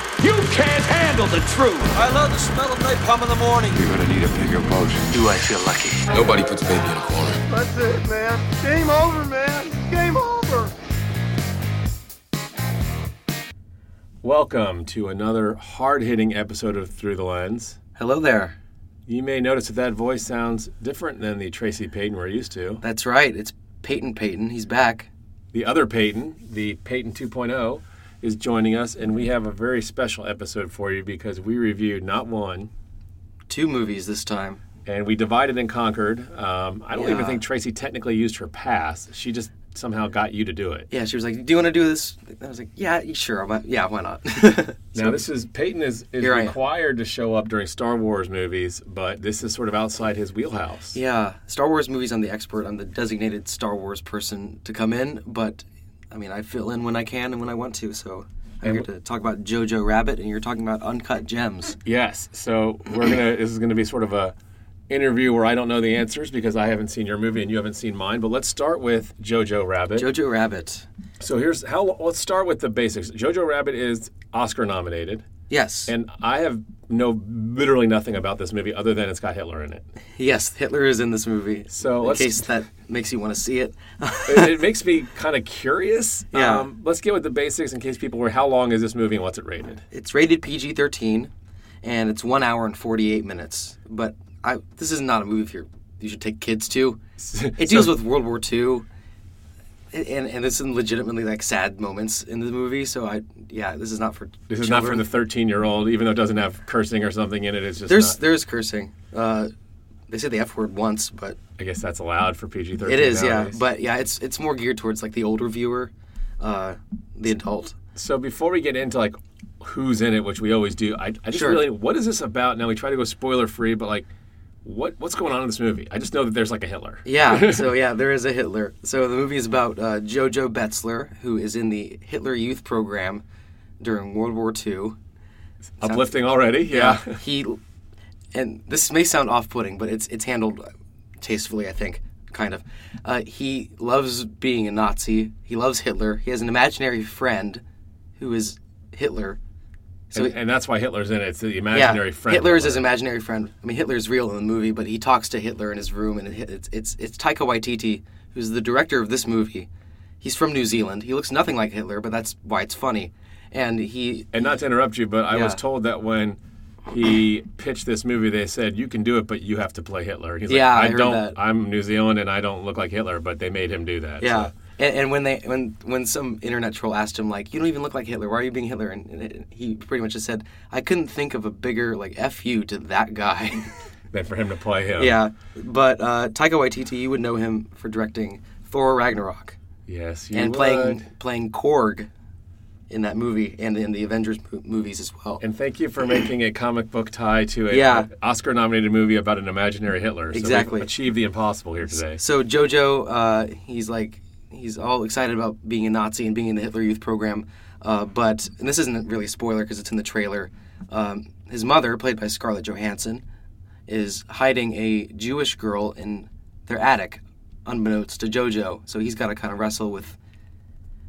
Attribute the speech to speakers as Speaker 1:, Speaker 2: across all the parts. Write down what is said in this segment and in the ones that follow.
Speaker 1: can't handle the truth.
Speaker 2: I love the smell of napalm in the morning.
Speaker 3: You're gonna need a bigger boat.
Speaker 1: Do I feel lucky?
Speaker 4: Nobody puts baby in a corner.
Speaker 5: That's it, man. Game over, man. Game over.
Speaker 6: Welcome to another hard hitting episode of Through the Lens.
Speaker 7: Hello there.
Speaker 6: You may notice that that voice sounds different than the Tracy Payton we're used to.
Speaker 7: That's right. It's Peyton Peyton. He's back.
Speaker 6: The other Peyton, the Peyton 2.0, oh, is joining us, and we have a very special episode for you because we reviewed not one,
Speaker 7: Two movies this time.
Speaker 6: and we divided and conquered. Um, I don't even
Speaker 7: Yeah.
Speaker 6: think Tracy technically used her pass, she just somehow got you to do it.
Speaker 7: Yeah, she was like, "Do you want to do this?" I was like, "Yeah, sure. I'm yeah, why not?"
Speaker 6: Now this is Peyton is, is
Speaker 7: Here I am.
Speaker 6: required to show up during Star Wars movies, but this is sort of outside his wheelhouse.
Speaker 7: yeah, Star Wars movies. I'm the expert. I'm the designated Star Wars person to come in, but I mean, I fill in when I can and when I want to. So I'm here to talk about Jojo Rabbit, and you're talking about uncut gems.
Speaker 6: Yes. So we're gonna. this is gonna be sort of a interview where I don't know the answers because I haven't seen your movie and you haven't seen mine. But let's start with Jojo Rabbit.
Speaker 7: Jojo Rabbit.
Speaker 6: so here's how. Let's start with the basics. Jojo Rabbit is Oscar nominated,
Speaker 7: Yes.
Speaker 6: and I have know literally nothing about this movie other than it's got Hitler in it.
Speaker 7: yes, Hitler is in this movie.
Speaker 6: So
Speaker 7: in
Speaker 6: let's-
Speaker 7: case that makes you want to see it.
Speaker 6: it, it makes me kind of curious. Um,
Speaker 7: Yeah.
Speaker 6: let's get with the basics in case people were. How long is this movie and what's it rated?
Speaker 7: It's rated PG 13 and it's one hour and 48 minutes. But I, this is not a movie if you're, you should take kids to. It deals with World War II. a- And, and it's in legitimately like sad moments in the movie, so I yeah this is not for
Speaker 6: This is not for
Speaker 7: children.
Speaker 6: the 13 year old, even though it doesn't have cursing or something in it. It's just
Speaker 7: there's
Speaker 6: not-
Speaker 7: there's cursing. Uh, they say the f word once, but
Speaker 6: I guess that's allowed for PG 13.
Speaker 7: it is yeah. But yeah, it's it's more geared towards like the older viewer, uh, the adult.
Speaker 6: So before we get into like who's in it, which we always do, I, I just
Speaker 7: Sure.
Speaker 6: really what is this about? Now we try to go spoiler free, but like what what's going on in this movie? I just know that there's like a Hitler.
Speaker 7: Yeah, so yeah, there is a Hitler. So the movie is about uh, Jojo Betzler, who is in the Hitler Youth Program during World War II.
Speaker 6: Uplifting already, yeah.
Speaker 7: He, and this may sound off-putting, but it's it's handled uh, tastefully, I think, kind of. Uh, he loves being a Nazi. He loves Hitler. He has an imaginary friend, who is Hitler. So
Speaker 6: and, and that's why Hitler's in it. It's the imaginary friend.
Speaker 7: Hitler is his imaginary friend. I mean, Hitler's real in the movie, but he talks to Hitler in his room, and it, it's it's it's Taika Waititi, who's the director of this movie. He's from New Zealand. He looks nothing like Hitler, but that's why it's funny. And he,
Speaker 6: And not to interrupt you, but I was
Speaker 7: Yeah.
Speaker 6: told that when he pitched this movie, they said you can do it, but you have to play Hitler. He's
Speaker 7: Yeah,
Speaker 6: like,
Speaker 7: I heard
Speaker 6: don't.
Speaker 7: that.
Speaker 6: I'm New Zealand and I don't look like Hitler, but they made him do that.
Speaker 7: yeah.
Speaker 6: so.
Speaker 7: And, and when they when when some internet troll asked him like, "You don't even look like Hitler. Why are you being Hitler?" and, and it- he pretty much just said, "I couldn't think of a bigger like f you to that guy."
Speaker 6: Then for him to play him.
Speaker 7: yeah. But uh, Taika Waititi, you would know him for directing Thor Ragnarok.
Speaker 6: Yes. You
Speaker 7: and
Speaker 6: would.
Speaker 7: playing playing Korg in that movie and in the Avengers mo- movies as well.
Speaker 6: And thank you for making a comic book tie to a
Speaker 7: Yeah.
Speaker 6: Oscar nominated movie about an imaginary Hitler. So
Speaker 7: Exactly.
Speaker 6: We've achieved the impossible here today.
Speaker 7: so Jojo, uh, he's like he's all excited about being a Nazi and being in the Hitler Youth program, uh, but and this isn't really a spoiler because it's in the trailer. Um, his mother, played by Scarlett Johansson, is hiding a Jewish girl in their attic, unbeknownst to Jojo. So he's got to kind of wrestle with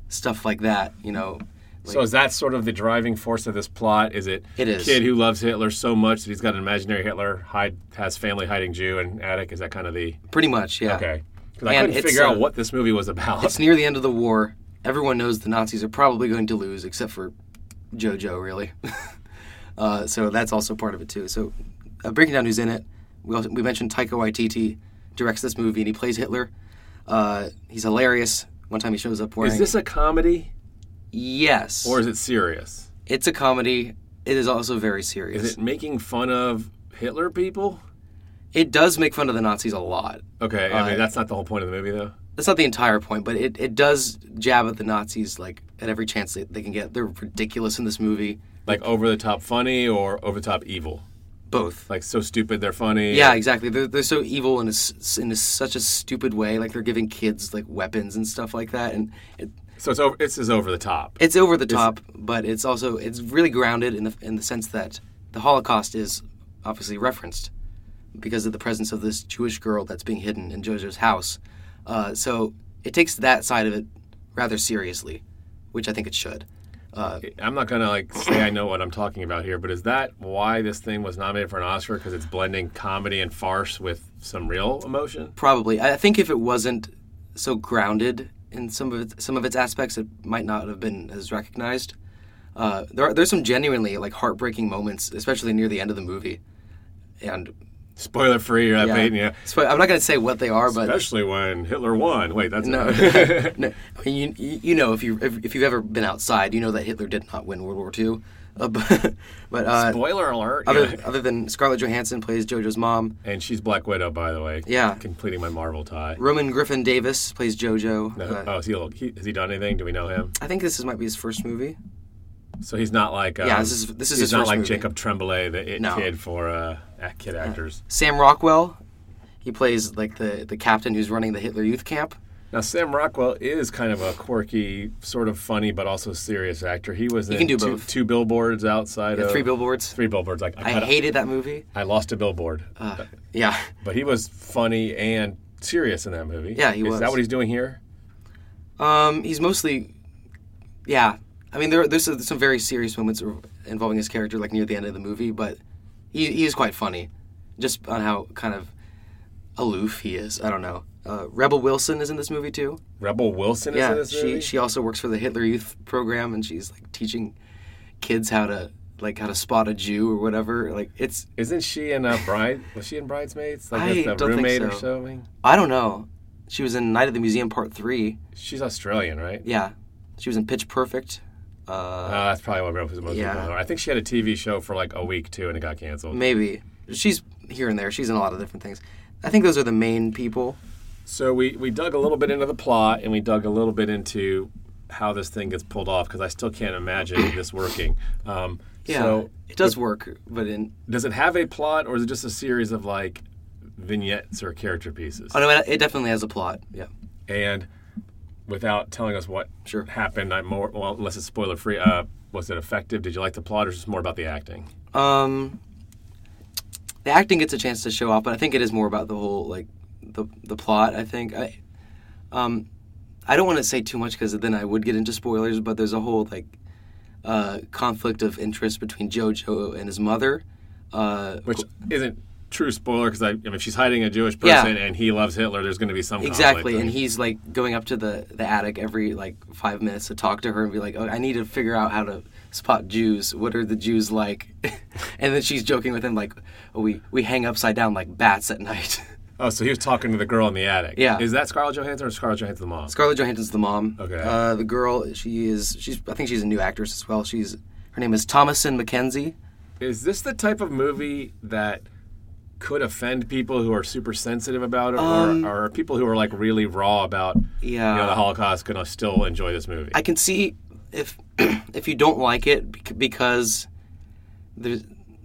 Speaker 7: stuff like that, you know. Like,
Speaker 6: So is that sort of the driving force of this plot? Is it,
Speaker 7: It is.
Speaker 6: kid who loves Hitler so much that he's got an imaginary Hitler, hide, has family hiding Jew and attic? Is that kind of the
Speaker 7: pretty much, yeah.
Speaker 6: okay? Because I
Speaker 7: And
Speaker 6: couldn't
Speaker 7: it's,
Speaker 6: figure out
Speaker 7: uh,
Speaker 6: what this movie was about.
Speaker 7: It's near the end of the war. Everyone knows the Nazis are probably going to lose, except for JoJo, really. uh, so that's also part of it too. So uh, breaking down who's in it, we also, we mentioned Taika Waititi directs this movie and he plays Hitler. Uh, he's hilarious. One time he shows up wearing
Speaker 6: is this a comedy
Speaker 7: yes,
Speaker 6: or is it serious?
Speaker 7: it's a comedy. It is also very serious.
Speaker 6: Is it making fun of Hitler people?
Speaker 7: it does make fun of the Nazis a lot.
Speaker 6: Okay, I
Speaker 7: Uh,
Speaker 6: mean that's not the whole point of the movie though.
Speaker 7: that's not the entire point, but it, it does jab at the Nazis like at every chance they, they can get. They're ridiculous in this movie.
Speaker 6: Like over the top funny or over the top evil?
Speaker 7: Both.
Speaker 6: Like so stupid they're funny.
Speaker 7: Yeah, exactly. They're, they're so evil in a, s- in a, such a stupid way. Like they're giving kids like weapons and stuff like that, and it,
Speaker 6: So it's over. This is over the top.
Speaker 7: it's over the top, but it's also it's really grounded in the in the sense that the Holocaust is obviously referenced because of the presence of this Jewish girl that's being hidden in Jojo's house. Uh, so it takes that side of it rather seriously, which I think it should.
Speaker 6: I'm not gonna like say I know what I'm talking about here, but is that why this thing was nominated for an Oscar? Because it's blending comedy and farce with some real emotion.
Speaker 7: Probably. I I think if it wasn't so grounded in some of its, some of its aspects, it might not have been as recognized. Uh, there are, there's some genuinely like heartbreaking moments, especially near the end of the movie, and
Speaker 6: Spoiler free, you're at
Speaker 7: yeah,
Speaker 6: Peyton, yeah.
Speaker 7: So I'm not going to say what they are, but
Speaker 6: Especially when Hitler won. Wait, that's
Speaker 7: no, no. I mean, you, you know if you if, if you've ever been outside, you know that Hitler did not win World War II. Uh, but but uh,
Speaker 6: spoiler alert.
Speaker 7: other
Speaker 6: Yeah.
Speaker 7: other than Scarlett Johansson plays JoJo's mom,
Speaker 6: And she's Black Widow, by the way.
Speaker 7: Yeah.
Speaker 6: completing my Marvel tie.
Speaker 7: Roman Griffin Davis plays JoJo.
Speaker 6: No,
Speaker 7: Uh,
Speaker 6: oh, is he, a little- he has he done anything? Do we know him?
Speaker 7: I think this is, might be his first movie.
Speaker 6: So he's not like um,
Speaker 7: Yeah, this is- this is
Speaker 6: he's
Speaker 7: his
Speaker 6: not
Speaker 7: first
Speaker 6: like
Speaker 7: movie.
Speaker 6: Jacob Tremblay, the it
Speaker 7: No.
Speaker 6: kid for uh, act- kid actors.
Speaker 7: Sam Rockwell. He plays like the the captain who's running the Hitler Youth Camp.
Speaker 6: Now Sam Rockwell is kind of a quirky, sort of funny, but also serious actor. He was in
Speaker 7: can do
Speaker 6: two,
Speaker 7: both.
Speaker 6: two billboards outside of
Speaker 7: Three billboards.
Speaker 6: Three billboards. Like I,
Speaker 7: I
Speaker 6: Uh, cut-
Speaker 7: hated that movie.
Speaker 6: I lost a billboard,
Speaker 7: Uh, yeah,
Speaker 6: but he was funny and serious in that movie.
Speaker 7: Yeah, he
Speaker 6: is
Speaker 7: was.
Speaker 6: that what he's doing here?
Speaker 7: um, he's mostly, yeah. I mean, there there's some, some very serious moments involving his character, like near the end of the movie, but he he is quite funny, just on how kind of aloof he is. I don't know. Uh, Rebel Wilson is in this movie too.
Speaker 6: Rebel Wilson is in
Speaker 7: Yeah,
Speaker 6: this
Speaker 7: she
Speaker 6: movie.
Speaker 7: she also works for the Hitler Youth program, and she's like teaching kids how to like how to spot a Jew or whatever. Like it's
Speaker 6: Isn't she in uh, Bride? Was she in Bridesmaids? Like
Speaker 7: I
Speaker 6: as the
Speaker 7: don't think
Speaker 6: roommate or
Speaker 7: so.
Speaker 6: something.
Speaker 7: I don't know. She was in Night at the Museum Part Three.
Speaker 6: She's Australian, right?
Speaker 7: Yeah, she was in Pitch Perfect. Uh,
Speaker 6: Uh, that's probably what Rebel was most
Speaker 7: Yeah.
Speaker 6: popular. I think she had a TV show for like a week too, and it got canceled.
Speaker 7: maybe she's here and there. She's in a lot of different things. I think those are the main people.
Speaker 6: So we, we dug a little bit into the plot and we dug a little bit into how this thing gets pulled off because I still can't imagine this working. Um,
Speaker 7: Yeah,
Speaker 6: So
Speaker 7: it does work, but in
Speaker 6: does it have a plot or is it just a series of like vignettes or character pieces?
Speaker 7: oh no, it, it definitely has a plot. Yeah,
Speaker 6: And without telling us what
Speaker 7: Sure.
Speaker 6: happened, I'm more well unless it's spoiler free. Uh, was it effective? Did you like the plot or is it more about the acting?
Speaker 7: um, the acting gets a chance to show off, but I think it is more about the whole like the the plot. I think I, um, I don't want to say too much because then I would get into spoilers. But there's a whole like uh, conflict of interest between JoJo and his mother. Uh,
Speaker 6: Which isn't true spoiler because I, I mean if she's hiding a Jewish
Speaker 7: Yeah.
Speaker 6: person and he loves Hitler, there's going to be some
Speaker 7: Exactly,
Speaker 6: conflict.
Speaker 7: and he's like going up to the the attic every like five minutes to talk to her and be like, "Oh, I need to figure out how to spot Jews. What are the Jews like?" and then she's joking with him like, oh, "We we hang upside down like bats at night."
Speaker 6: Oh, so he was talking to the girl in the attic.
Speaker 7: Yeah.
Speaker 6: Is that Scarlett Johansson or Scarlett Johansson the mom?
Speaker 7: Scarlett Johansson's the mom.
Speaker 6: Okay.
Speaker 7: Uh, the girl, she is she's I think she's a new actress as well. She's her name is Thomason McKenzie.
Speaker 6: Is this the type of movie that could offend people who are super sensitive about it, or, or people who are like really raw about
Speaker 7: Um, Yeah.
Speaker 6: you know, the Holocaust gonna still enjoy this movie?
Speaker 7: I can see if if you don't like it bec- because there's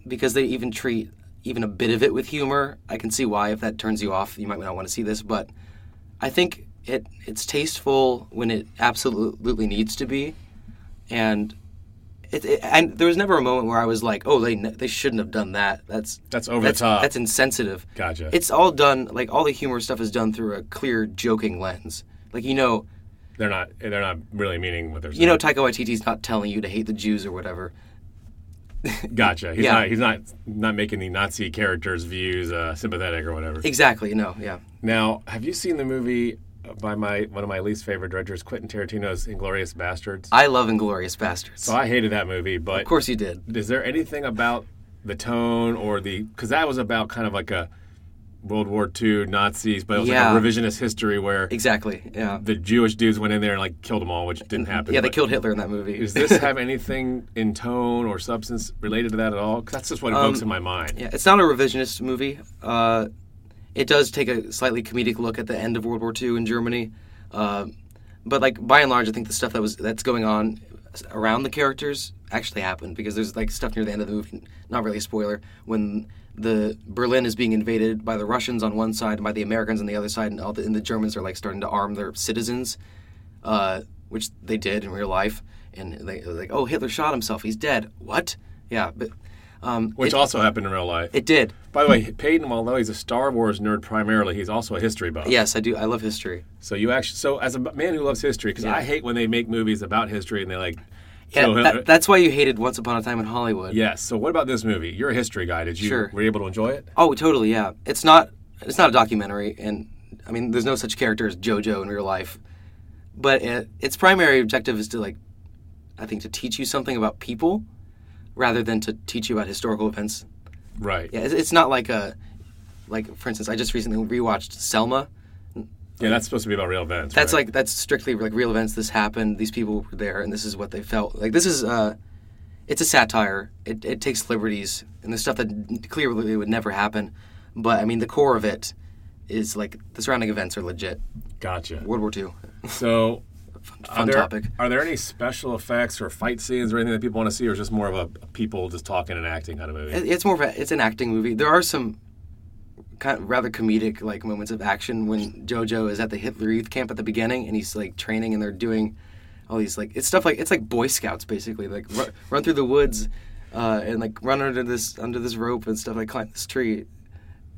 Speaker 7: because they even treat even a bit of it with humor. I can see why if that turns you off, you might not want to see this. But I think it it's tasteful when it absolutely needs to be, and it, it and there was never a moment where I was like, oh, they ne- they shouldn't have done that. That's
Speaker 6: That's over the top.
Speaker 7: That's insensitive.
Speaker 6: Gotcha.
Speaker 7: It's all done like all the humor stuff is done through a clear joking lens. Like you know,
Speaker 6: they're not they're not really meaning what they're saying.
Speaker 7: you know Taika Waititi's not telling you to hate the Jews or whatever.
Speaker 6: gotcha. He's
Speaker 7: yeah.
Speaker 6: not he's not not making the Nazi characters' views uh, sympathetic or whatever.
Speaker 7: Exactly. No. Yeah.
Speaker 6: Now, have you seen the movie by my one of my least favorite directors, Quentin Tarantino's Inglorious Bastards?
Speaker 7: I love Inglorious Bastards.
Speaker 6: so I hated that movie, but
Speaker 7: of course you did.
Speaker 6: is there anything about the tone or the because that was about kind of like a World War II Nazis, but it was
Speaker 7: Yeah.
Speaker 6: like a revisionist history where
Speaker 7: Exactly. Yeah.
Speaker 6: the Jewish dudes went in there and like killed them all, which didn't happen.
Speaker 7: Yeah, they
Speaker 6: but
Speaker 7: killed Hitler in that movie.
Speaker 6: Does this have anything in tone or substance related to that at all? 'Cause that's just what evokes in my mind.
Speaker 7: Um, yeah, it's not a revisionist movie. Uh, it does take a slightly comedic look at the end of World War II in Germany, uh, but like by and large, I think the stuff that was that's going on around the characters actually happened because there's like stuff near the end of the movie, not really a spoiler, when the Berlin is being invaded by the Russians on one side and by the Americans on the other side, and all the and the Germans are like starting to arm their citizens, uh, which they did in real life, and they they're like, oh, Hitler shot himself, he's dead. What? Yeah, but. Um,
Speaker 6: Which also happened in real life.
Speaker 7: it did.
Speaker 6: By the way, Peyton, although he's a Star Wars nerd primarily, he's also a history buff.
Speaker 7: Yes, I do. I love history.
Speaker 6: So you actually, so as a man who loves history, because I hate when they make movies about history and they like,
Speaker 7: Yeah,
Speaker 6: So, uh,
Speaker 7: that- that's why you hated Once Upon a Time in Hollywood.
Speaker 6: Yes. So what about this movie? You're a history guy. Did you
Speaker 7: Sure.
Speaker 6: were you able to enjoy it?
Speaker 7: Oh, totally. Yeah, it's not it's not a documentary, and I mean, there's no such character as JoJo in real life. But it, its primary objective is to like, I think, to teach you something about people, rather than to teach you about historical events.
Speaker 6: Right.
Speaker 7: Yeah, it's, it's not like a like for instance, I just recently rewatched Selma.
Speaker 6: Yeah, that's supposed to be about real events.
Speaker 7: That's
Speaker 6: right?
Speaker 7: like that's strictly like real events. This happened. These people were there, and this is what they felt. Like this is uh, it's a satire. It, it takes liberties and the stuff that clearly would never happen. But I mean, the core of it is like the surrounding events are legit.
Speaker 6: gotcha.
Speaker 7: World War II.
Speaker 6: So
Speaker 7: Fun
Speaker 6: are there,
Speaker 7: topic.
Speaker 6: Are there any special effects or fight scenes or anything that people want to see, or is this more of a people just talking and acting kind of movie?
Speaker 7: It- It's more of a, it's an acting movie. There are some kind of rather comedic like moments of action when Jojo is at the Hitler Youth camp at the beginning and he's like training and they're doing all these like it's stuff like it's like Boy Scouts basically like run, run through the woods uh, and like run under this under this rope and stuff like climb this tree.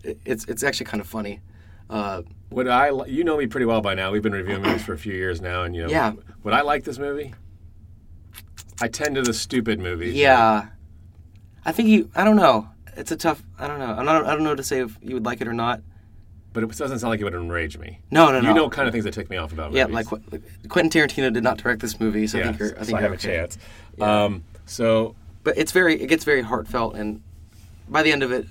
Speaker 7: It, it's it's actually kind of funny. Uh,
Speaker 6: Would I? li- You know me pretty well by now. We've been reviewing movies for a few years now, and you know.
Speaker 7: Yeah.
Speaker 6: Would I like this movie? I tend to the stupid movies.
Speaker 7: yeah, I think you. I don't know. It's a tough. I don't know. I don't. I don't know to say if you would like it or not.
Speaker 6: But it doesn't sound like it would enrage me.
Speaker 7: No, no, no.
Speaker 6: You know, kind of things that tick me off about movies.
Speaker 7: Yeah, like Qu- Quentin Tarantino did not direct this movie, so I
Speaker 6: Yeah,
Speaker 7: think you're. I
Speaker 6: so
Speaker 7: think
Speaker 6: I
Speaker 7: you're
Speaker 6: have a
Speaker 7: okay.
Speaker 6: chance. Um, so
Speaker 7: But it's very. It gets very heartfelt, and by the end of it,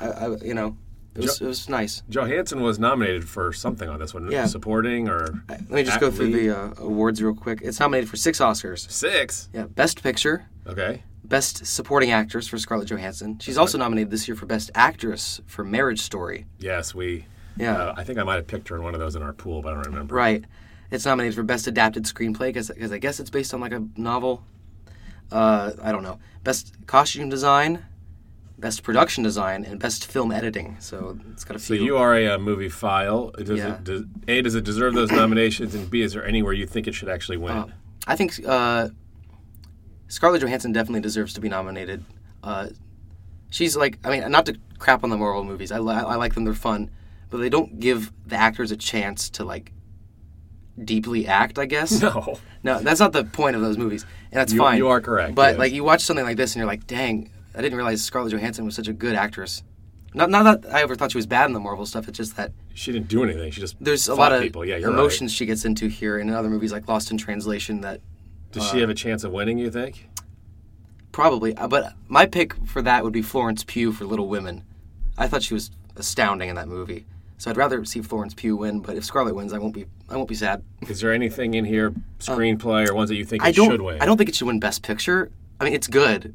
Speaker 7: I, I you know, it was,
Speaker 6: Jo-
Speaker 7: it was nice.
Speaker 6: Johansson was nominated for something on this one.
Speaker 7: Yeah.
Speaker 6: Supporting or
Speaker 7: I- Let me just go through the uh, awards real quick. It's nominated for six Oscars.
Speaker 6: six.
Speaker 7: Yeah, Best Picture,
Speaker 6: Okay.
Speaker 7: Best Supporting Actress for Scarlett Johansson. She's also nominated this year for Best Actress for Marriage Story.
Speaker 6: Yes, we.
Speaker 7: Yeah.
Speaker 6: Uh, I think I might have picked her in one of those in our pool, but I don't remember.
Speaker 7: Right. It's nominated for Best Adapted Screenplay because I guess it's based on like a novel. Uh, I don't know. Best Costume Design, Best Production Design, and Best Film Editing. So it's got a
Speaker 6: So
Speaker 7: few.
Speaker 6: you are a, uh movie file. Does
Speaker 7: Yeah.
Speaker 6: it, does, a does it deserve those nominations, and B is there anywhere you think it should actually win?
Speaker 7: I think uh, Scarlett Johansson definitely deserves to be nominated. Uh, she's like, I mean, not to crap on the Marvel movies. I, li- I like them; they're fun, but they don't give the actors a chance to like deeply act. I guess.
Speaker 6: no.
Speaker 7: No, that's not the point of those movies, and that's
Speaker 6: You-
Speaker 7: fine.
Speaker 6: you are correct,
Speaker 7: But
Speaker 6: yes.
Speaker 7: like, you watch something like this, and you're like, "Dang, I didn't realize Scarlett Johansson was such a good actress." Not, not that I ever thought she was bad in the Marvel stuff. It's just that
Speaker 6: She didn't do anything. She just
Speaker 7: there's a lot
Speaker 6: fought
Speaker 7: of
Speaker 6: people. Yeah, you're
Speaker 7: emotions she gets into here, and in other movies like Lost in Translation, that
Speaker 6: Right. Does she have a chance of winning? You think?
Speaker 7: probably. uh, But my pick for that would be Florence Pugh for Little Women. I thought she was astounding in that movie, so I'd rather see Florence Pugh win. But if Scarlett wins, I won't be I won't be sad.
Speaker 6: Is there anything in here, screenplay or ones that you think
Speaker 7: Uh, I
Speaker 6: it
Speaker 7: don't.
Speaker 6: should win?
Speaker 7: I don't think it should win Best Picture. I mean, it's good,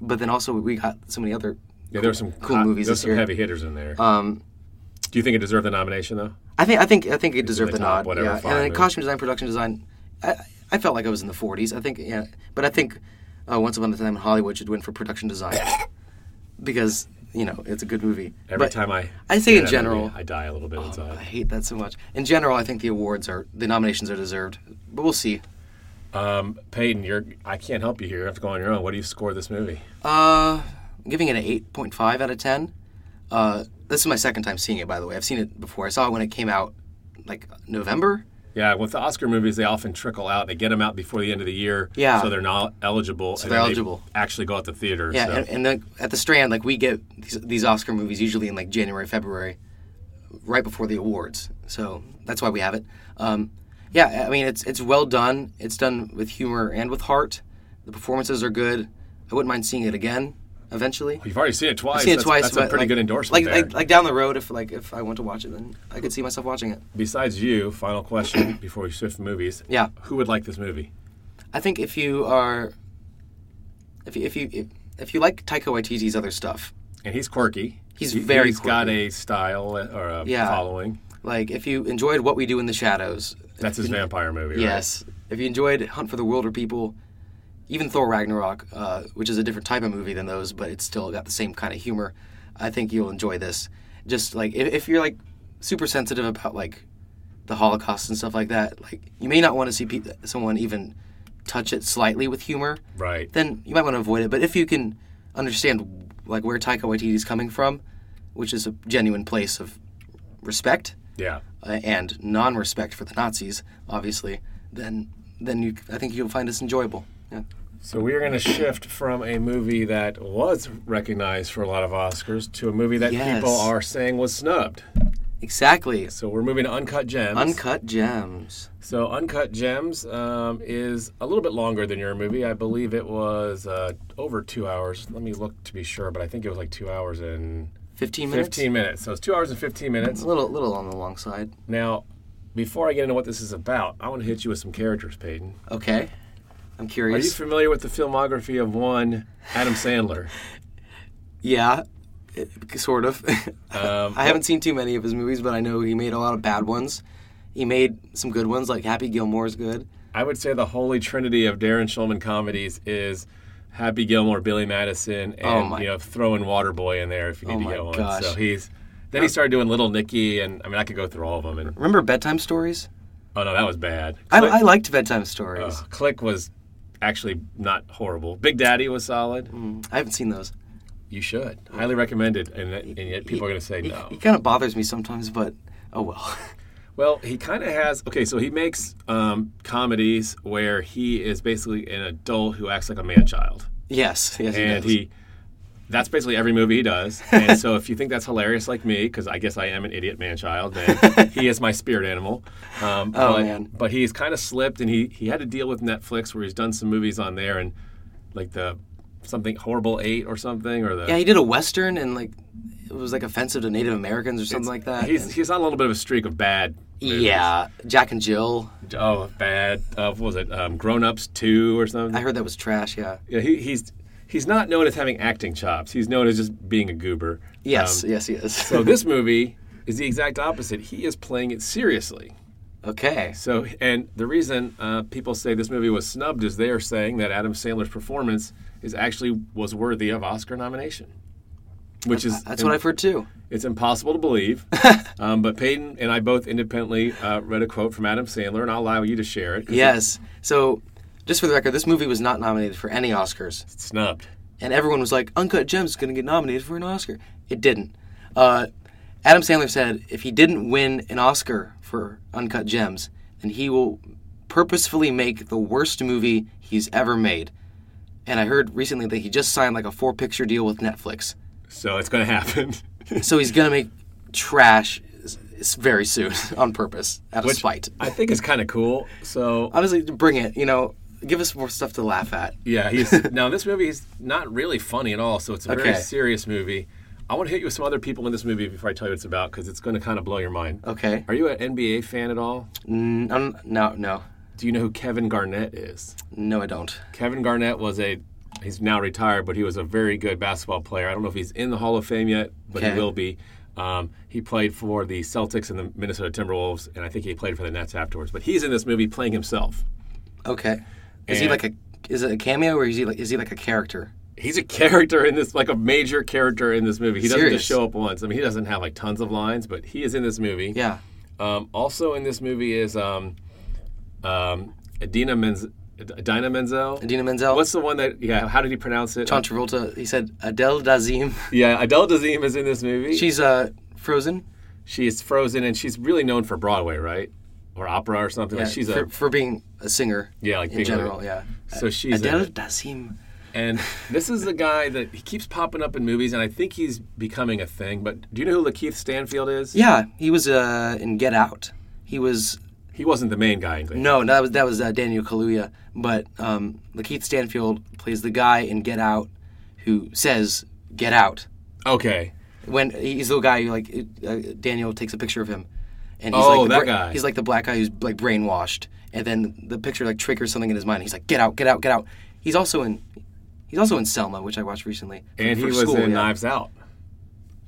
Speaker 7: but then also we got so many other.
Speaker 6: Yeah, there's some
Speaker 7: cool
Speaker 6: hot-
Speaker 7: movies
Speaker 6: There's
Speaker 7: this
Speaker 6: some
Speaker 7: year.
Speaker 6: heavy hitters in there.
Speaker 7: Um,
Speaker 6: do you think it deserved the nomination though?
Speaker 7: I think I think I think it deserved
Speaker 6: the
Speaker 7: the
Speaker 6: top
Speaker 7: nod.
Speaker 6: whatever
Speaker 7: yeah, and
Speaker 6: five
Speaker 7: then
Speaker 6: movies.
Speaker 7: costume design, production design. I, I felt like I was in the 40s. I think yeah, but I think uh, Once Upon a Time in Hollywood should win for production design because you know it's a good movie.
Speaker 6: Every
Speaker 7: But
Speaker 6: time I,
Speaker 7: I say
Speaker 6: hear
Speaker 7: in
Speaker 6: that
Speaker 7: general. Oh,
Speaker 6: movie, I die a little bit
Speaker 7: I
Speaker 6: inside.
Speaker 7: hate that so much. In general, I think the awards are the nominations are deserved, but we'll see.
Speaker 6: Peyton, you're. I can't help you here. You have to go on your own. What do you score this movie?
Speaker 7: Uh, I'm giving it an 8.5 out of 10. Uh, this is my second time seeing it, by the way. I've seen it before. I saw it when it came out, like November.
Speaker 6: Yeah, with the Oscar movies, they often trickle out. They get them out before the end of the year.
Speaker 7: Yeah.
Speaker 6: So they're not eligible. So
Speaker 7: they're eligible.
Speaker 6: actually go out to theater.
Speaker 7: Yeah,
Speaker 6: so.
Speaker 7: and, and then at the Strand, like we get these, these Oscar movies usually in like January, February, right before the awards. So that's why we have it. Um, yeah, I mean it's it's well done. It's done with humor and with heart. The performances are good. I wouldn't mind seeing it again eventually.
Speaker 6: You've already seen it twice.
Speaker 7: I've seen it
Speaker 6: that's,
Speaker 7: twice.
Speaker 6: That's
Speaker 7: but
Speaker 6: a pretty
Speaker 7: like-
Speaker 6: good
Speaker 7: Like,
Speaker 6: endorsement there.
Speaker 7: like like down the road, if like if I want to watch it, then I could see myself watching it.
Speaker 6: Besides you, final question before we shift movies.
Speaker 7: Yeah.
Speaker 6: Who would like this movie?
Speaker 7: I think if you are, if you if you if, if you like Taika Waititi's other stuff,
Speaker 6: And he's quirky.
Speaker 7: He's
Speaker 6: He-
Speaker 7: very
Speaker 6: He's got
Speaker 7: quirky.
Speaker 6: a style or a
Speaker 7: Yeah.
Speaker 6: following.
Speaker 7: like if you enjoyed What We Do in the Shadows,
Speaker 6: That's his vampire movie.
Speaker 7: yes, if you enjoyed Hunt for the Wilder People, even Thor Ragnarok, uh, which is a different type of movie than those, but it's still got the same kind of humor. I think you'll enjoy this. Just like if, if you're like super sensitive about like the Holocaust and stuff like that, like you may not want to see pe- someone even touch it slightly with humor.
Speaker 6: Right. Right.
Speaker 7: then you might want to avoid it. But if you can understand like where Taika Waititi is coming from, which is a genuine place of respect
Speaker 6: Yeah.
Speaker 7: uh, and non-respect for the Nazis, obviously, then then you I think you'll find this enjoyable.
Speaker 6: So we are going to shift from a movie that was recognized for a lot of Oscars to a movie that
Speaker 7: Yes.
Speaker 6: people are saying was snubbed.
Speaker 7: Exactly.
Speaker 6: So we're moving to Uncut Gems.
Speaker 7: Uncut gems.
Speaker 6: so Uncut Gems um, is a little bit longer than your movie. I believe it was uh, over two hours. Let me look to be sure, but I think it was like two hours and
Speaker 7: Fifteen minutes.
Speaker 6: 15 minutes. So it's two hours and 15 minutes.
Speaker 7: A little, little on the long side.
Speaker 6: Now, before I get into what this is about, I want to hit you with some characters, Peyton.
Speaker 7: Okay. I'm
Speaker 6: Are you
Speaker 7: curious.
Speaker 6: familiar with the filmography of one Adam Sandler?
Speaker 7: yeah. eh, Sort of.
Speaker 6: Um,
Speaker 7: I haven't seen too many of his movies, but I know he made a lot of bad ones. He made some good ones, like Happy Gilmore's good.
Speaker 6: I would say the holy trinity of Darren Shulman comedies is Happy Gilmore, Billy Madison,
Speaker 7: Oh
Speaker 6: and
Speaker 7: my-
Speaker 6: you know throwing Waterboy in there if you need
Speaker 7: Oh
Speaker 6: to
Speaker 7: my
Speaker 6: get one.
Speaker 7: gosh.
Speaker 6: So he's then he started doing Little Nicky, and I mean I could go through all of them. And
Speaker 7: Remember bedtime stories?
Speaker 6: oh no, that was bad.
Speaker 7: I, I liked bedtime stories.
Speaker 6: Ugh, Click was actually not horrible. Big Daddy was solid.
Speaker 7: I haven't seen those.
Speaker 6: You should highly recommended, and, and yet people are going to say
Speaker 7: He,
Speaker 6: no.
Speaker 7: he kind of bothers me sometimes, but oh well.
Speaker 6: Well, he kind of has. Okay, so he makes um, comedies where he is basically an adult who acts like a man child,
Speaker 7: yes, yes,
Speaker 6: and
Speaker 7: does.
Speaker 6: he. That's basically every movie he does. And so, if you think that's hilarious, like me, because I guess I am an idiot man child, then he is my spirit animal. Um,
Speaker 7: Oh,
Speaker 6: but,
Speaker 7: man.
Speaker 6: But he's kind of slipped, and he he had to deal with Netflix, where he's done some movies on there, and like the something horrible eight or something, or the
Speaker 7: Yeah, he did a western and like it was like offensive to Native Americans or something like that.
Speaker 6: he's
Speaker 7: and-
Speaker 6: he's on a little bit of a streak of bad. movies.
Speaker 7: yeah, Jack and Jill.
Speaker 6: Oh, bad. Uh, what was it? Um, Grown Ups Two or something.
Speaker 7: I heard that was trash. Yeah.
Speaker 6: Yeah, he, he's he's not known as having acting chops. He's known as just being a goober.
Speaker 7: Yes,
Speaker 6: Um,
Speaker 7: yes, he is.
Speaker 6: so this movie is the exact opposite. He is playing it seriously.
Speaker 7: okay.
Speaker 6: So, and the reason uh, people say this movie was snubbed is they are saying that Adam Sandler's performance is actually was worthy of Oscar nomination, which is
Speaker 7: That's what I've heard too.
Speaker 6: It's impossible to believe. um, but Peyton and I both independently uh, read a quote from Adam Sandler, and I'll allow you to share it. 'cause
Speaker 7: Yes. So, just for the record, this movie was not nominated for any Oscars.
Speaker 6: it's snubbed.
Speaker 7: and everyone was like, Uncut Gems is going to get nominated for an Oscar. It didn't. Uh, Adam Sandler said if he didn't win an Oscar for Uncut Gems, then he will purposefully make the worst movie he's ever made. And I heard recently that he just signed like a four picture deal with Netflix.
Speaker 6: So it's going to happen.
Speaker 7: So he's going to make trash s- s- very soon on purpose, out of spite.
Speaker 6: I think it's kind of cool. So
Speaker 7: Honestly, bring it. You know, give us more stuff to laugh at.
Speaker 6: Yeah, he's now this movie is not really funny at all, so it's a very
Speaker 7: Okay.
Speaker 6: serious movie. I want to hit you with some other people in this movie before I tell you what it's about because it's going to kind of blow your mind.
Speaker 7: Okay.
Speaker 6: Are you an NBA fan at all?
Speaker 7: Mm, I'm- no, no.
Speaker 6: Do you know who Kevin Garnett is?
Speaker 7: No, I don't.
Speaker 6: Kevin Garnett was a he's now retired, but he was a very good basketball player. I don't know if he's in the Hall of Fame yet, but
Speaker 7: Okay.
Speaker 6: he will be. Um, he played for the Celtics and the Minnesota Timberwolves, and I think he played for the Nets afterwards. But he's in this movie playing himself.
Speaker 7: Okay. Is he
Speaker 6: And-
Speaker 7: like a is it a cameo or is he like is he like a character?
Speaker 6: he's a character in this like a major character in this movie he doesn't
Speaker 7: Serious.
Speaker 6: just show up once i mean he doesn't have like tons of lines but he is in this movie
Speaker 7: Yeah.
Speaker 6: um, also in this movie is um um adina menzel Adina Menzel.
Speaker 7: Idina Menzel.
Speaker 6: What's the one that? Yeah. How did he pronounce it?
Speaker 7: John Travolta? He said Adele Dazim.
Speaker 6: Yeah. Adele Dazeem is in this movie.
Speaker 7: She's uh Frozen.
Speaker 6: she is Frozen, and she's really known for Broadway, right? Or opera or something. Like,
Speaker 7: Yeah,
Speaker 6: she's
Speaker 7: for,
Speaker 6: a
Speaker 7: for being a singer.
Speaker 6: yeah, like
Speaker 7: in
Speaker 6: big-
Speaker 7: general. Yeah.
Speaker 6: So she's in
Speaker 7: Adele
Speaker 6: it.
Speaker 7: Dazim.
Speaker 6: And this is the guy that he keeps popping up in movies, and I think he's becoming a thing. But do you know who Lakeith Stanfield is?
Speaker 7: Yeah, he was uh in Get Out. He was
Speaker 6: He wasn't the main guy in Glee.
Speaker 7: no, that was that was uh, Daniel Kaluuya. But um, Lakeith Stanfield plays the guy in Get Out who says Get Out
Speaker 6: Okay.
Speaker 7: when he's the guy who like uh, Daniel takes a picture of him, and he's
Speaker 6: Oh,
Speaker 7: like the
Speaker 6: that
Speaker 7: bra-
Speaker 6: guy.
Speaker 7: He's like the black guy who's like brainwashed, and then the picture like triggers something in his mind. He's like, get out, get out, get out. He's also in, he's also in Selma, which I watched recently. for-
Speaker 6: And he
Speaker 7: for
Speaker 6: was
Speaker 7: school,
Speaker 6: in
Speaker 7: yeah.
Speaker 6: Knives Out.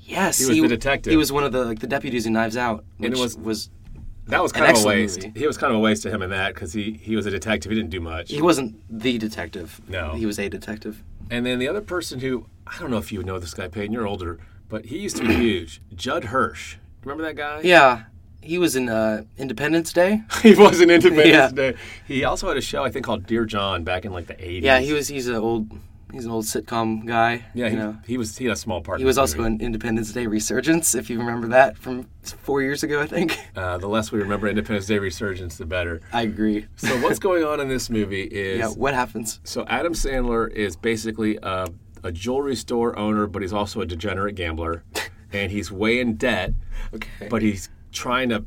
Speaker 7: Yes,
Speaker 6: he was the detective.
Speaker 7: He was one of the like the deputies in Knives Out, which
Speaker 6: it
Speaker 7: was,
Speaker 6: was- That was
Speaker 7: An
Speaker 6: kind of a
Speaker 7: excellent
Speaker 6: waste.
Speaker 7: movie.
Speaker 6: He was kind of a waste to him in that because he, he was a detective. He didn't do much.
Speaker 7: he wasn't the detective.
Speaker 6: No.
Speaker 7: he was a detective.
Speaker 6: And then the other person who I don't know if you know this guy, Peyton. You're older, but he used to be huge. Judd Hirsch. Remember that guy?
Speaker 7: Yeah, he was in uh, Independence Day.
Speaker 6: he was in Independence
Speaker 7: Yeah.
Speaker 6: Day. He also had a show I think called Dear John back in like the 80s.
Speaker 7: Yeah, he was. He's an old He's an old sitcom guy.
Speaker 6: Yeah,
Speaker 7: you
Speaker 6: he,
Speaker 7: know.
Speaker 6: he was he had a small part.
Speaker 7: He
Speaker 6: in
Speaker 7: was
Speaker 6: this
Speaker 7: also
Speaker 6: movie.
Speaker 7: in Independence Day Resurgence, if you remember that from four years ago, I think.
Speaker 6: Uh, the less we remember Independence Day resurgence, the better.
Speaker 7: I agree.
Speaker 6: So what's going on in this movie is
Speaker 7: Yeah, what happens?
Speaker 6: so Adam Sandler is basically a, a jewelry store owner, but he's also a degenerate gambler, and he's way in debt.
Speaker 7: Okay.
Speaker 6: But he's trying to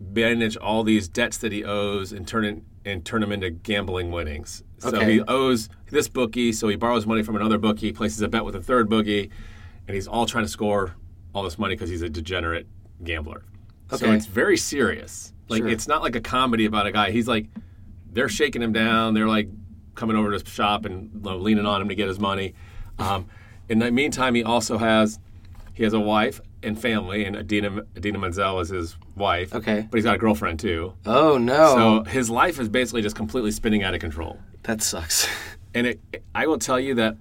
Speaker 6: manage all these debts that he owes and turn it and turn them into gambling winnings. So
Speaker 7: Okay.
Speaker 6: he owes this bookie, so he borrows money from another bookie, places a bet with a third bookie, and he's all trying to score all this money because he's a degenerate gambler. So
Speaker 7: Okay.
Speaker 6: it's very serious. Like
Speaker 7: Sure.
Speaker 6: it's not like a comedy about a guy. He's like they're shaking him down. They're like coming over to his shop and you know, leaning on him to get his money. Um, in the meantime, he also has he has a wife and family, and Adina Adina Menzel is his wife.
Speaker 7: Okay.
Speaker 6: but he's got a girlfriend too.
Speaker 7: Oh no,
Speaker 6: So his life is basically just completely spinning out of control.
Speaker 7: that sucks.
Speaker 6: And it, I will tell you that.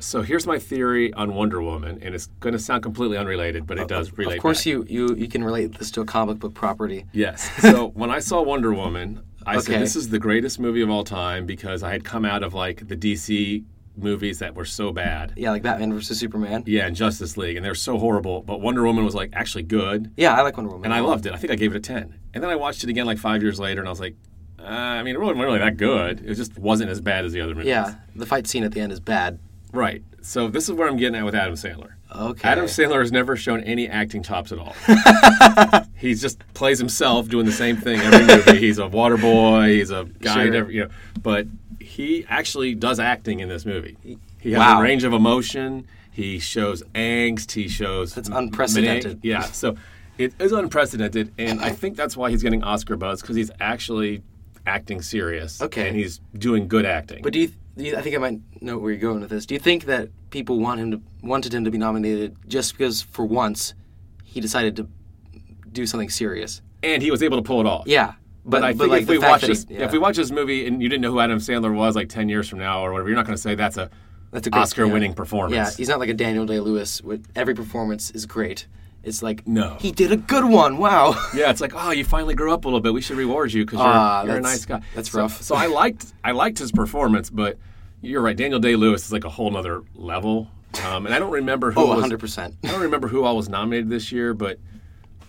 Speaker 6: So here's my theory on Wonder Woman, and it's going to sound completely unrelated, but it does relate.
Speaker 7: Uh, Of course,
Speaker 6: back.
Speaker 7: you, you you can relate this to a comic book property.
Speaker 6: Yes. So when I saw Wonder Woman, I
Speaker 7: Okay.
Speaker 6: said this is the greatest movie of all time because I had come out of like the DC movies that were so bad.
Speaker 7: Yeah, like Batman versus Superman. Yeah,
Speaker 6: Yeah, and Justice League, and they were so horrible. But Wonder Woman was like actually good,
Speaker 7: I like Wonder Woman.
Speaker 6: and I loved it. I think I gave it a ten. And then I watched it again like five years later, and I was like, uh, I mean, it wasn't really that good. It just wasn't as bad as the other movies.
Speaker 7: yeah, the fight scene at the end is bad.
Speaker 6: Right. So this is where I'm getting at with Adam Sandler.
Speaker 7: Okay.
Speaker 6: Adam Sandler has never shown any acting chops at all. he just plays himself doing the same thing every movie. He's a water boy. He's a guy.
Speaker 7: Sure.
Speaker 6: Never, you know, but he actually does acting in this movie. He has
Speaker 7: Wow.
Speaker 6: a range of emotion. He shows angst. He shows
Speaker 7: That's
Speaker 6: m-
Speaker 7: unprecedented.
Speaker 6: maniac- yeah. So it is unprecedented, and I think that's why he's getting Oscar buzz because he's actually acting serious.
Speaker 7: Okay.
Speaker 6: And he's doing good acting.
Speaker 7: But do you, do you? I think I might know where you're going with this. Do you think that people want him to wanted him to be nominated just because for once he decided to do something serious?
Speaker 6: and he was able to pull it off.
Speaker 7: Yeah,
Speaker 6: But, I think
Speaker 7: like
Speaker 6: if
Speaker 7: the
Speaker 6: we
Speaker 7: fact
Speaker 6: watch
Speaker 7: that he-
Speaker 6: this,
Speaker 7: yeah.
Speaker 6: if we watch this movie and you didn't know who Adam Sandler was like ten years from now or whatever, you're not going to say that's a
Speaker 7: That's a great-
Speaker 6: Oscar-winning
Speaker 7: yeah.
Speaker 6: performance.
Speaker 7: Yeah, he's not like a Daniel Day Lewis. Every performance is great. It's like
Speaker 6: No.
Speaker 7: he did a good one. Wow.
Speaker 6: Yeah, it's like, oh, you finally grew up a little bit. We should reward you because you're,
Speaker 7: Ah,
Speaker 6: you're a
Speaker 7: that's-
Speaker 6: nice guy.
Speaker 7: that's
Speaker 6: So-
Speaker 7: rough.
Speaker 6: So I liked I liked his performance, but you're right. Daniel Day Lewis is like a whole nother level. Um, and I don't remember who
Speaker 7: Oh,
Speaker 6: was-
Speaker 7: 100%.
Speaker 6: I don't remember who all was nominated this year, but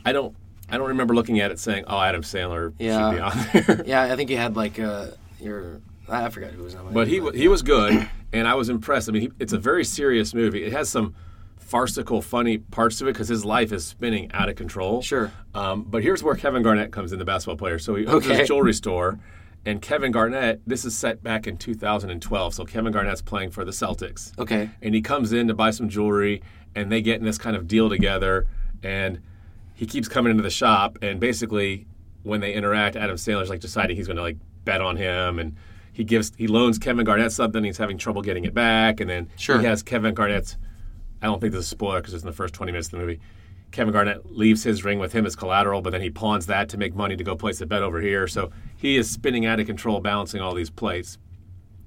Speaker 6: I don't I don't remember looking at it saying, oh, Adam Sandler
Speaker 7: Yeah.
Speaker 6: should be on there.
Speaker 7: Yeah, I think you had like uh, your I I forgot who was nominated.
Speaker 6: But he wa- he was good, and I was impressed. I mean, he, it's a very serious movie. It has some farcical, funny parts to it because his life is spinning out of control.
Speaker 7: Sure.
Speaker 6: Um, but here's where Kevin Garnett comes in, the basketball player. So he opens
Speaker 7: Okay.
Speaker 6: a jewelry store, and Kevin Garnett. This is set back in 2012. So Kevin Garnett's playing for the Celtics.
Speaker 7: okay.
Speaker 6: And he comes in to buy some jewelry, and they get in this kind of deal together, and he keeps coming into the shop, and basically when they interact, Adam Sandler's like deciding he's going to like bet on him, and he gives he loans Kevin Garnett something, he's having trouble getting it back, and then
Speaker 7: Sure.
Speaker 6: he has Kevin Garnett's. I don't think this is a spoiler because it's in the first twenty minutes of the movie. Kevin Garnett leaves his ring with him as collateral, but then he pawns that to make money to go place a bet over here. So he is spinning out of control, balancing all these plays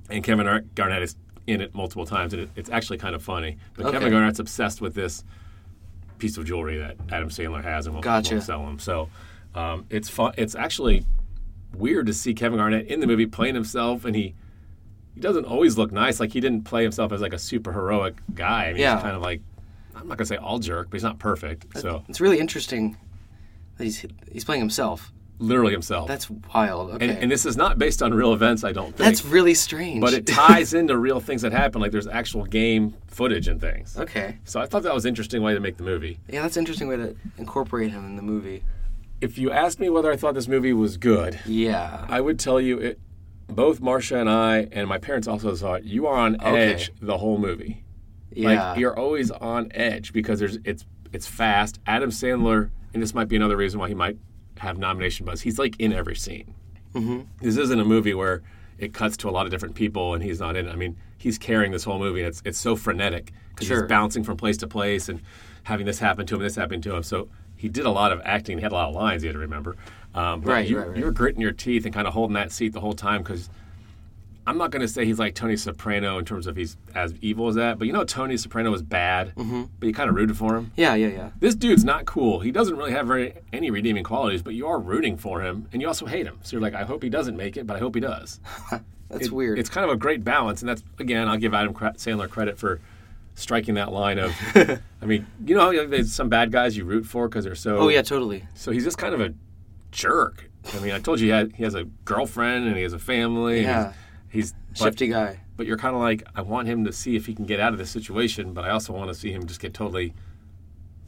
Speaker 6: and Kevin Ar- Garnett is in it multiple times, and it, it's actually kind of funny. But
Speaker 7: Okay.
Speaker 6: Kevin Garnett's obsessed with this piece of jewelry that Adam Sandler has and won't,
Speaker 7: Gotcha.
Speaker 6: won't sell him. So um, it's fun. It's actually weird to see Kevin Garnett in the movie playing himself, and he he doesn't always look nice. Like he didn't play himself as like a super heroic guy. I mean,
Speaker 7: Yeah.
Speaker 6: he's kind of like I'm not gonna say all jerk, but he's not perfect. So
Speaker 7: It's really interesting that he's he's playing himself.
Speaker 6: literally himself.
Speaker 7: That's wild. Okay.
Speaker 6: and, and this is not based on real events, I don't think.
Speaker 7: That's really strange.
Speaker 6: but it ties into real things that happen. Like there's actual game footage and things.
Speaker 7: okay.
Speaker 6: So I thought that was an interesting way to make the movie.
Speaker 7: Yeah, that's an interesting way to incorporate him in the movie.
Speaker 6: If you asked me whether I thought this movie was good,
Speaker 7: Yeah.
Speaker 6: I would tell you it. Both Marcia and I, and my parents also saw it. You are on
Speaker 7: Okay.
Speaker 6: edge the whole movie.
Speaker 7: Yeah.
Speaker 6: Like you're always on edge because there's it's it's fast. Adam Sandler, and this might be another reason why he might have nomination buzz. He's like in every scene. Mm-hmm. This isn't a movie where it cuts to a lot of different people and he's not in it. I mean, he's carrying this whole movie, and it's it's so frenetic because
Speaker 7: Sure.
Speaker 6: he's bouncing from place to place and having this happen to him, and this happen to him. So he did a lot of acting. He had a lot of lines he had to remember. Um, but
Speaker 7: Right,
Speaker 6: you,
Speaker 7: right, right.
Speaker 6: You're gritting your teeth and kind of holding that seat the whole time because I'm not going to say he's like Tony Soprano in terms of he's as evil as that, but you know Tony Soprano was bad,
Speaker 7: Mm-hmm.
Speaker 6: but you kind of rooted for him.
Speaker 7: yeah, yeah, yeah.
Speaker 6: This dude's not cool. He doesn't really have very, any redeeming qualities, but you are rooting for him, and you also hate him. So you're like, I hope he doesn't make it, but I hope he does.
Speaker 7: That's That's
Speaker 6: it-
Speaker 7: weird.
Speaker 6: It's kind of a great balance, and that's again, I'll give Adam Cra- Sandler credit for striking that line of. I mean, you know, how there's some bad guys you root for because they're so.
Speaker 7: oh yeah, totally.
Speaker 6: So he's just kind of a jerk. I mean, I told you he, had, he has a girlfriend and he has a family.
Speaker 7: Yeah.
Speaker 6: And he's but-
Speaker 7: Shifty guy.
Speaker 6: but you're kind of like, I want him to see if he can get out of this situation, but I also want to see him just get totally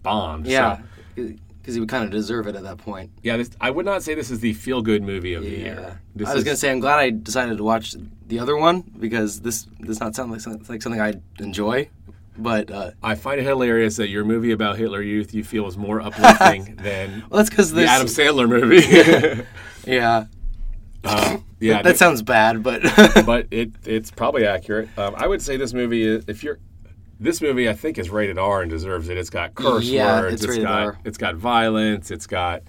Speaker 6: bombed.
Speaker 7: Yeah,
Speaker 6: So,
Speaker 7: because he would kind of deserve it at that point.
Speaker 6: yeah. This, I would not say this is the feel good movie of the
Speaker 7: Yeah.
Speaker 6: year. This
Speaker 7: I was
Speaker 6: is-
Speaker 7: gonna say I'm glad I decided to watch the other one because this does not sound like something, like something I enjoy, but uh,
Speaker 6: I find it hilarious that your movie about Hitler Youth you feel is more uplifting than
Speaker 7: well, that's because
Speaker 6: the
Speaker 7: this.
Speaker 6: Adam Sandler movie.
Speaker 7: yeah,
Speaker 6: yeah. I
Speaker 7: that
Speaker 6: think-
Speaker 7: sounds bad, but
Speaker 6: but it it's probably accurate. Um, I would say this movie, is, if you're, this movie I think is rated R and deserves it. It's got curse
Speaker 7: Yeah,
Speaker 6: words.
Speaker 7: it's rated
Speaker 6: got
Speaker 7: R.
Speaker 6: it's got violence. It's got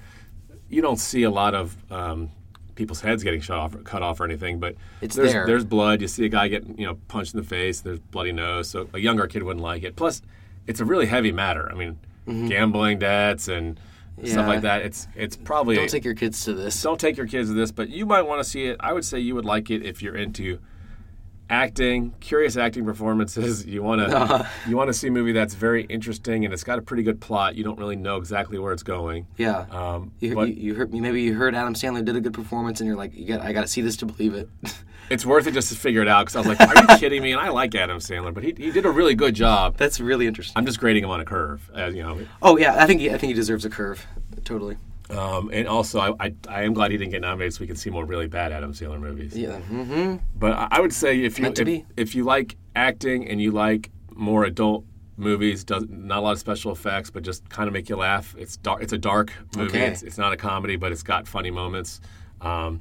Speaker 6: you don't see a lot of um, people's heads getting shot off, or cut off, or anything. But
Speaker 7: It's
Speaker 6: there's,
Speaker 7: there.
Speaker 6: There's blood. You see a guy getting you know punched in the face. There's bloody nose. So a younger kid wouldn't like it. Plus, it's a really heavy matter. I mean, gambling debts and
Speaker 7: Mm-hmm. Yeah.
Speaker 6: stuff like that. It's it's probably
Speaker 7: don't take your kids to this.
Speaker 6: don't take your kids to this, but you might want to see it. I would say you would like it if you're into acting, curious acting performances. You want to you want to see a movie that's very interesting and it's got a pretty good plot. You don't really know exactly where it's going.
Speaker 7: Yeah,
Speaker 6: Um,
Speaker 7: you,
Speaker 6: but
Speaker 7: you, you heard maybe you heard Adam Sandler did a good performance, and you're like, you got, I got to see this to believe it.
Speaker 6: it's worth it just to figure it out because I was like, "Are you kidding me?" And I like Adam Sandler, but he, he did a really good job.
Speaker 7: That's really interesting.
Speaker 6: I'm just grading him on a curve, uh, you know.
Speaker 7: Oh yeah, I think he, I think he deserves a curve. Totally.
Speaker 6: Um, and also, I, I I am glad he didn't get nominated so we could see more really bad Adam Sandler movies.
Speaker 7: Yeah. mhm.
Speaker 6: But I I would say if you
Speaker 7: Meant to
Speaker 6: if,
Speaker 7: be.
Speaker 6: if you like acting and you like more adult movies, does not a lot of special effects, but just kind of make you laugh. It's dark. It's a dark movie.
Speaker 7: Okay.
Speaker 6: It's, it's not a comedy, but it's got funny moments. Um,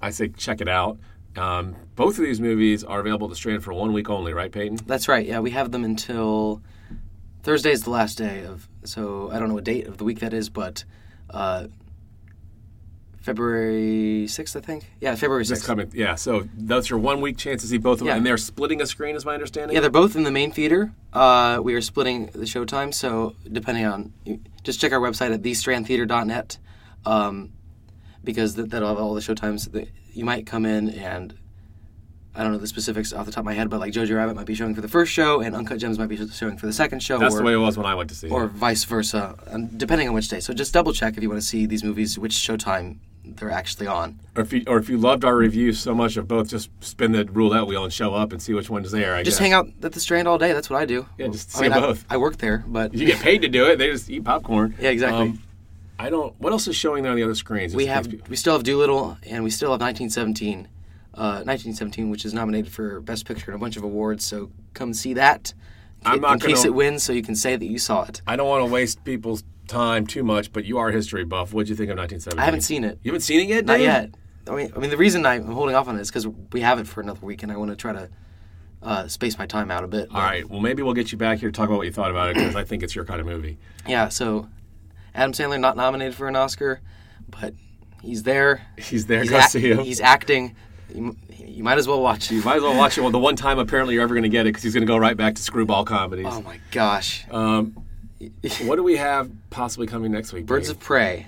Speaker 6: I say check it out. Um, both of these movies are available to Strand for one week only, right, Peyton?
Speaker 7: That's right. Yeah, we have them until Thursday is the last day of. So I don't know what date of the week that is, but uh, February sixth, I think. Yeah, February
Speaker 6: It's
Speaker 7: sixth.
Speaker 6: coming. Yeah. So that's your one week chance to see both of them,
Speaker 7: Yeah.
Speaker 6: and they're splitting a screen, is my understanding.
Speaker 7: Yeah, they're both in the main theater. Uh, we are splitting the showtime, so depending on, just check our website at thestrandtheater.net, um, because that, that'll have all the showtimes. That you might come in and I don't know the specifics off the top of my head, but like Jojo Rabbit might be showing for the first show, and Uncut Gems might be showing for the second show,
Speaker 6: that's
Speaker 7: or,
Speaker 6: the way it was when I went to see.
Speaker 7: or
Speaker 6: it.
Speaker 7: vice versa, and depending on which day. So just double check if you want to see these movies, which showtime they're actually on.
Speaker 6: Or if you or if you loved our review so much of both, just spin the roulette wheel and show up and see which one's there. I
Speaker 7: Just
Speaker 6: guess.
Speaker 7: hang out at the Strand all day. That's what I do.
Speaker 6: Yeah, just
Speaker 7: I
Speaker 6: see
Speaker 7: mean, I-
Speaker 6: both.
Speaker 7: I work there, but
Speaker 6: You get paid to do it. They just eat popcorn. Um,
Speaker 7: Yeah, exactly.
Speaker 6: I don't. What else is showing there on the other screens?
Speaker 7: we
Speaker 6: It's-
Speaker 7: have we still have Doolittle and we still have 1917, uh, 1917, which is nominated for Best Picture and a bunch of awards. So come see that.
Speaker 6: I'm not
Speaker 7: in case
Speaker 6: gonna-
Speaker 7: it wins, so you can say that you saw it.
Speaker 6: I don't want to waste people's time too much, but you are a history buff. What'd you think of 1917?
Speaker 7: I haven't seen it.
Speaker 6: You haven't seen it yet?
Speaker 7: Not
Speaker 6: dude?
Speaker 7: yet. I mean, I mean, the reason I'm holding off on it is because we have it for another week, and I want to try to uh, space my time out a bit.
Speaker 6: All right. Well, maybe we'll get you back here to talk about what you thought about it because I think it's your kind of movie.
Speaker 7: Yeah. So, Adam Sandler not nominated for an Oscar, but he's there.
Speaker 6: He's there.
Speaker 7: He's,
Speaker 6: Go
Speaker 7: ac-
Speaker 6: see him.
Speaker 7: he's acting. You, m- you might as well watch
Speaker 6: You
Speaker 7: it.
Speaker 6: might as well watch it. Well, the one time apparently you're ever going to get it because he's going to go right back to screwball comedies.
Speaker 7: Oh my gosh!
Speaker 6: what do we have possibly coming next week?
Speaker 7: Oh. Birds
Speaker 6: Dave?
Speaker 7: of Prey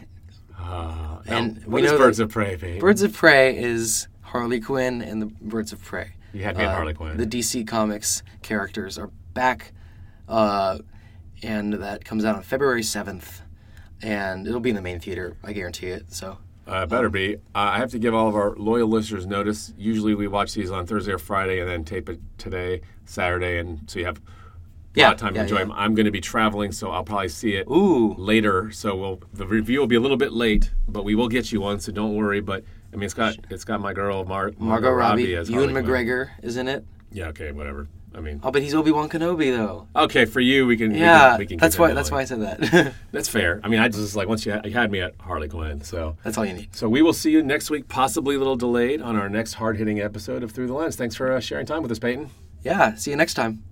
Speaker 6: Uh,
Speaker 7: and
Speaker 6: what
Speaker 7: we
Speaker 6: is
Speaker 7: know that-
Speaker 6: Birds of Prey, babe?
Speaker 7: Birds of Prey is Harley Quinn and the Birds of Prey.
Speaker 6: You had me at
Speaker 7: Uh,
Speaker 6: Harley Quinn.
Speaker 7: The DC Comics characters are back, uh, and that comes out on February 7th, and it'll be in the main theater, I guarantee it. So,
Speaker 6: Uh, better be. Uh, I have to give all of our loyal listeners notice. Usually we watch these on Thursday or Friday and then tape it today, Saturday, and so you have a lot
Speaker 7: yeah.
Speaker 6: of time to
Speaker 7: yeah,
Speaker 6: enjoy
Speaker 7: yeah.
Speaker 6: them. I'm going to be traveling, so I'll probably see it
Speaker 7: Ooh,
Speaker 6: later. So we'll, the review will be a little bit late, but we will get you one, so don't worry. But I mean, it's got it's got my girl Mar-
Speaker 7: Margot Robbie,
Speaker 6: as
Speaker 7: Ewan
Speaker 6: Harley Quinn.
Speaker 7: McGregor is in it.
Speaker 6: Yeah. Okay. Whatever. I mean,
Speaker 7: Oh, but he's Obi Wan Kenobi, though.
Speaker 6: okay. For you, we can. we can-
Speaker 7: Yeah,
Speaker 6: we can,
Speaker 7: that's
Speaker 6: keep it
Speaker 7: why. That's why I
Speaker 6: going.
Speaker 7: said that.
Speaker 6: That's fair. I mean, I just like once you had, you had me at Harley Quinn, so
Speaker 7: that's all you need.
Speaker 6: So we will see you next week, possibly a little delayed on our next hard hitting episode of Through the Lens. Thanks for uh, sharing time with us, Peyton.
Speaker 7: Yeah. See you next time.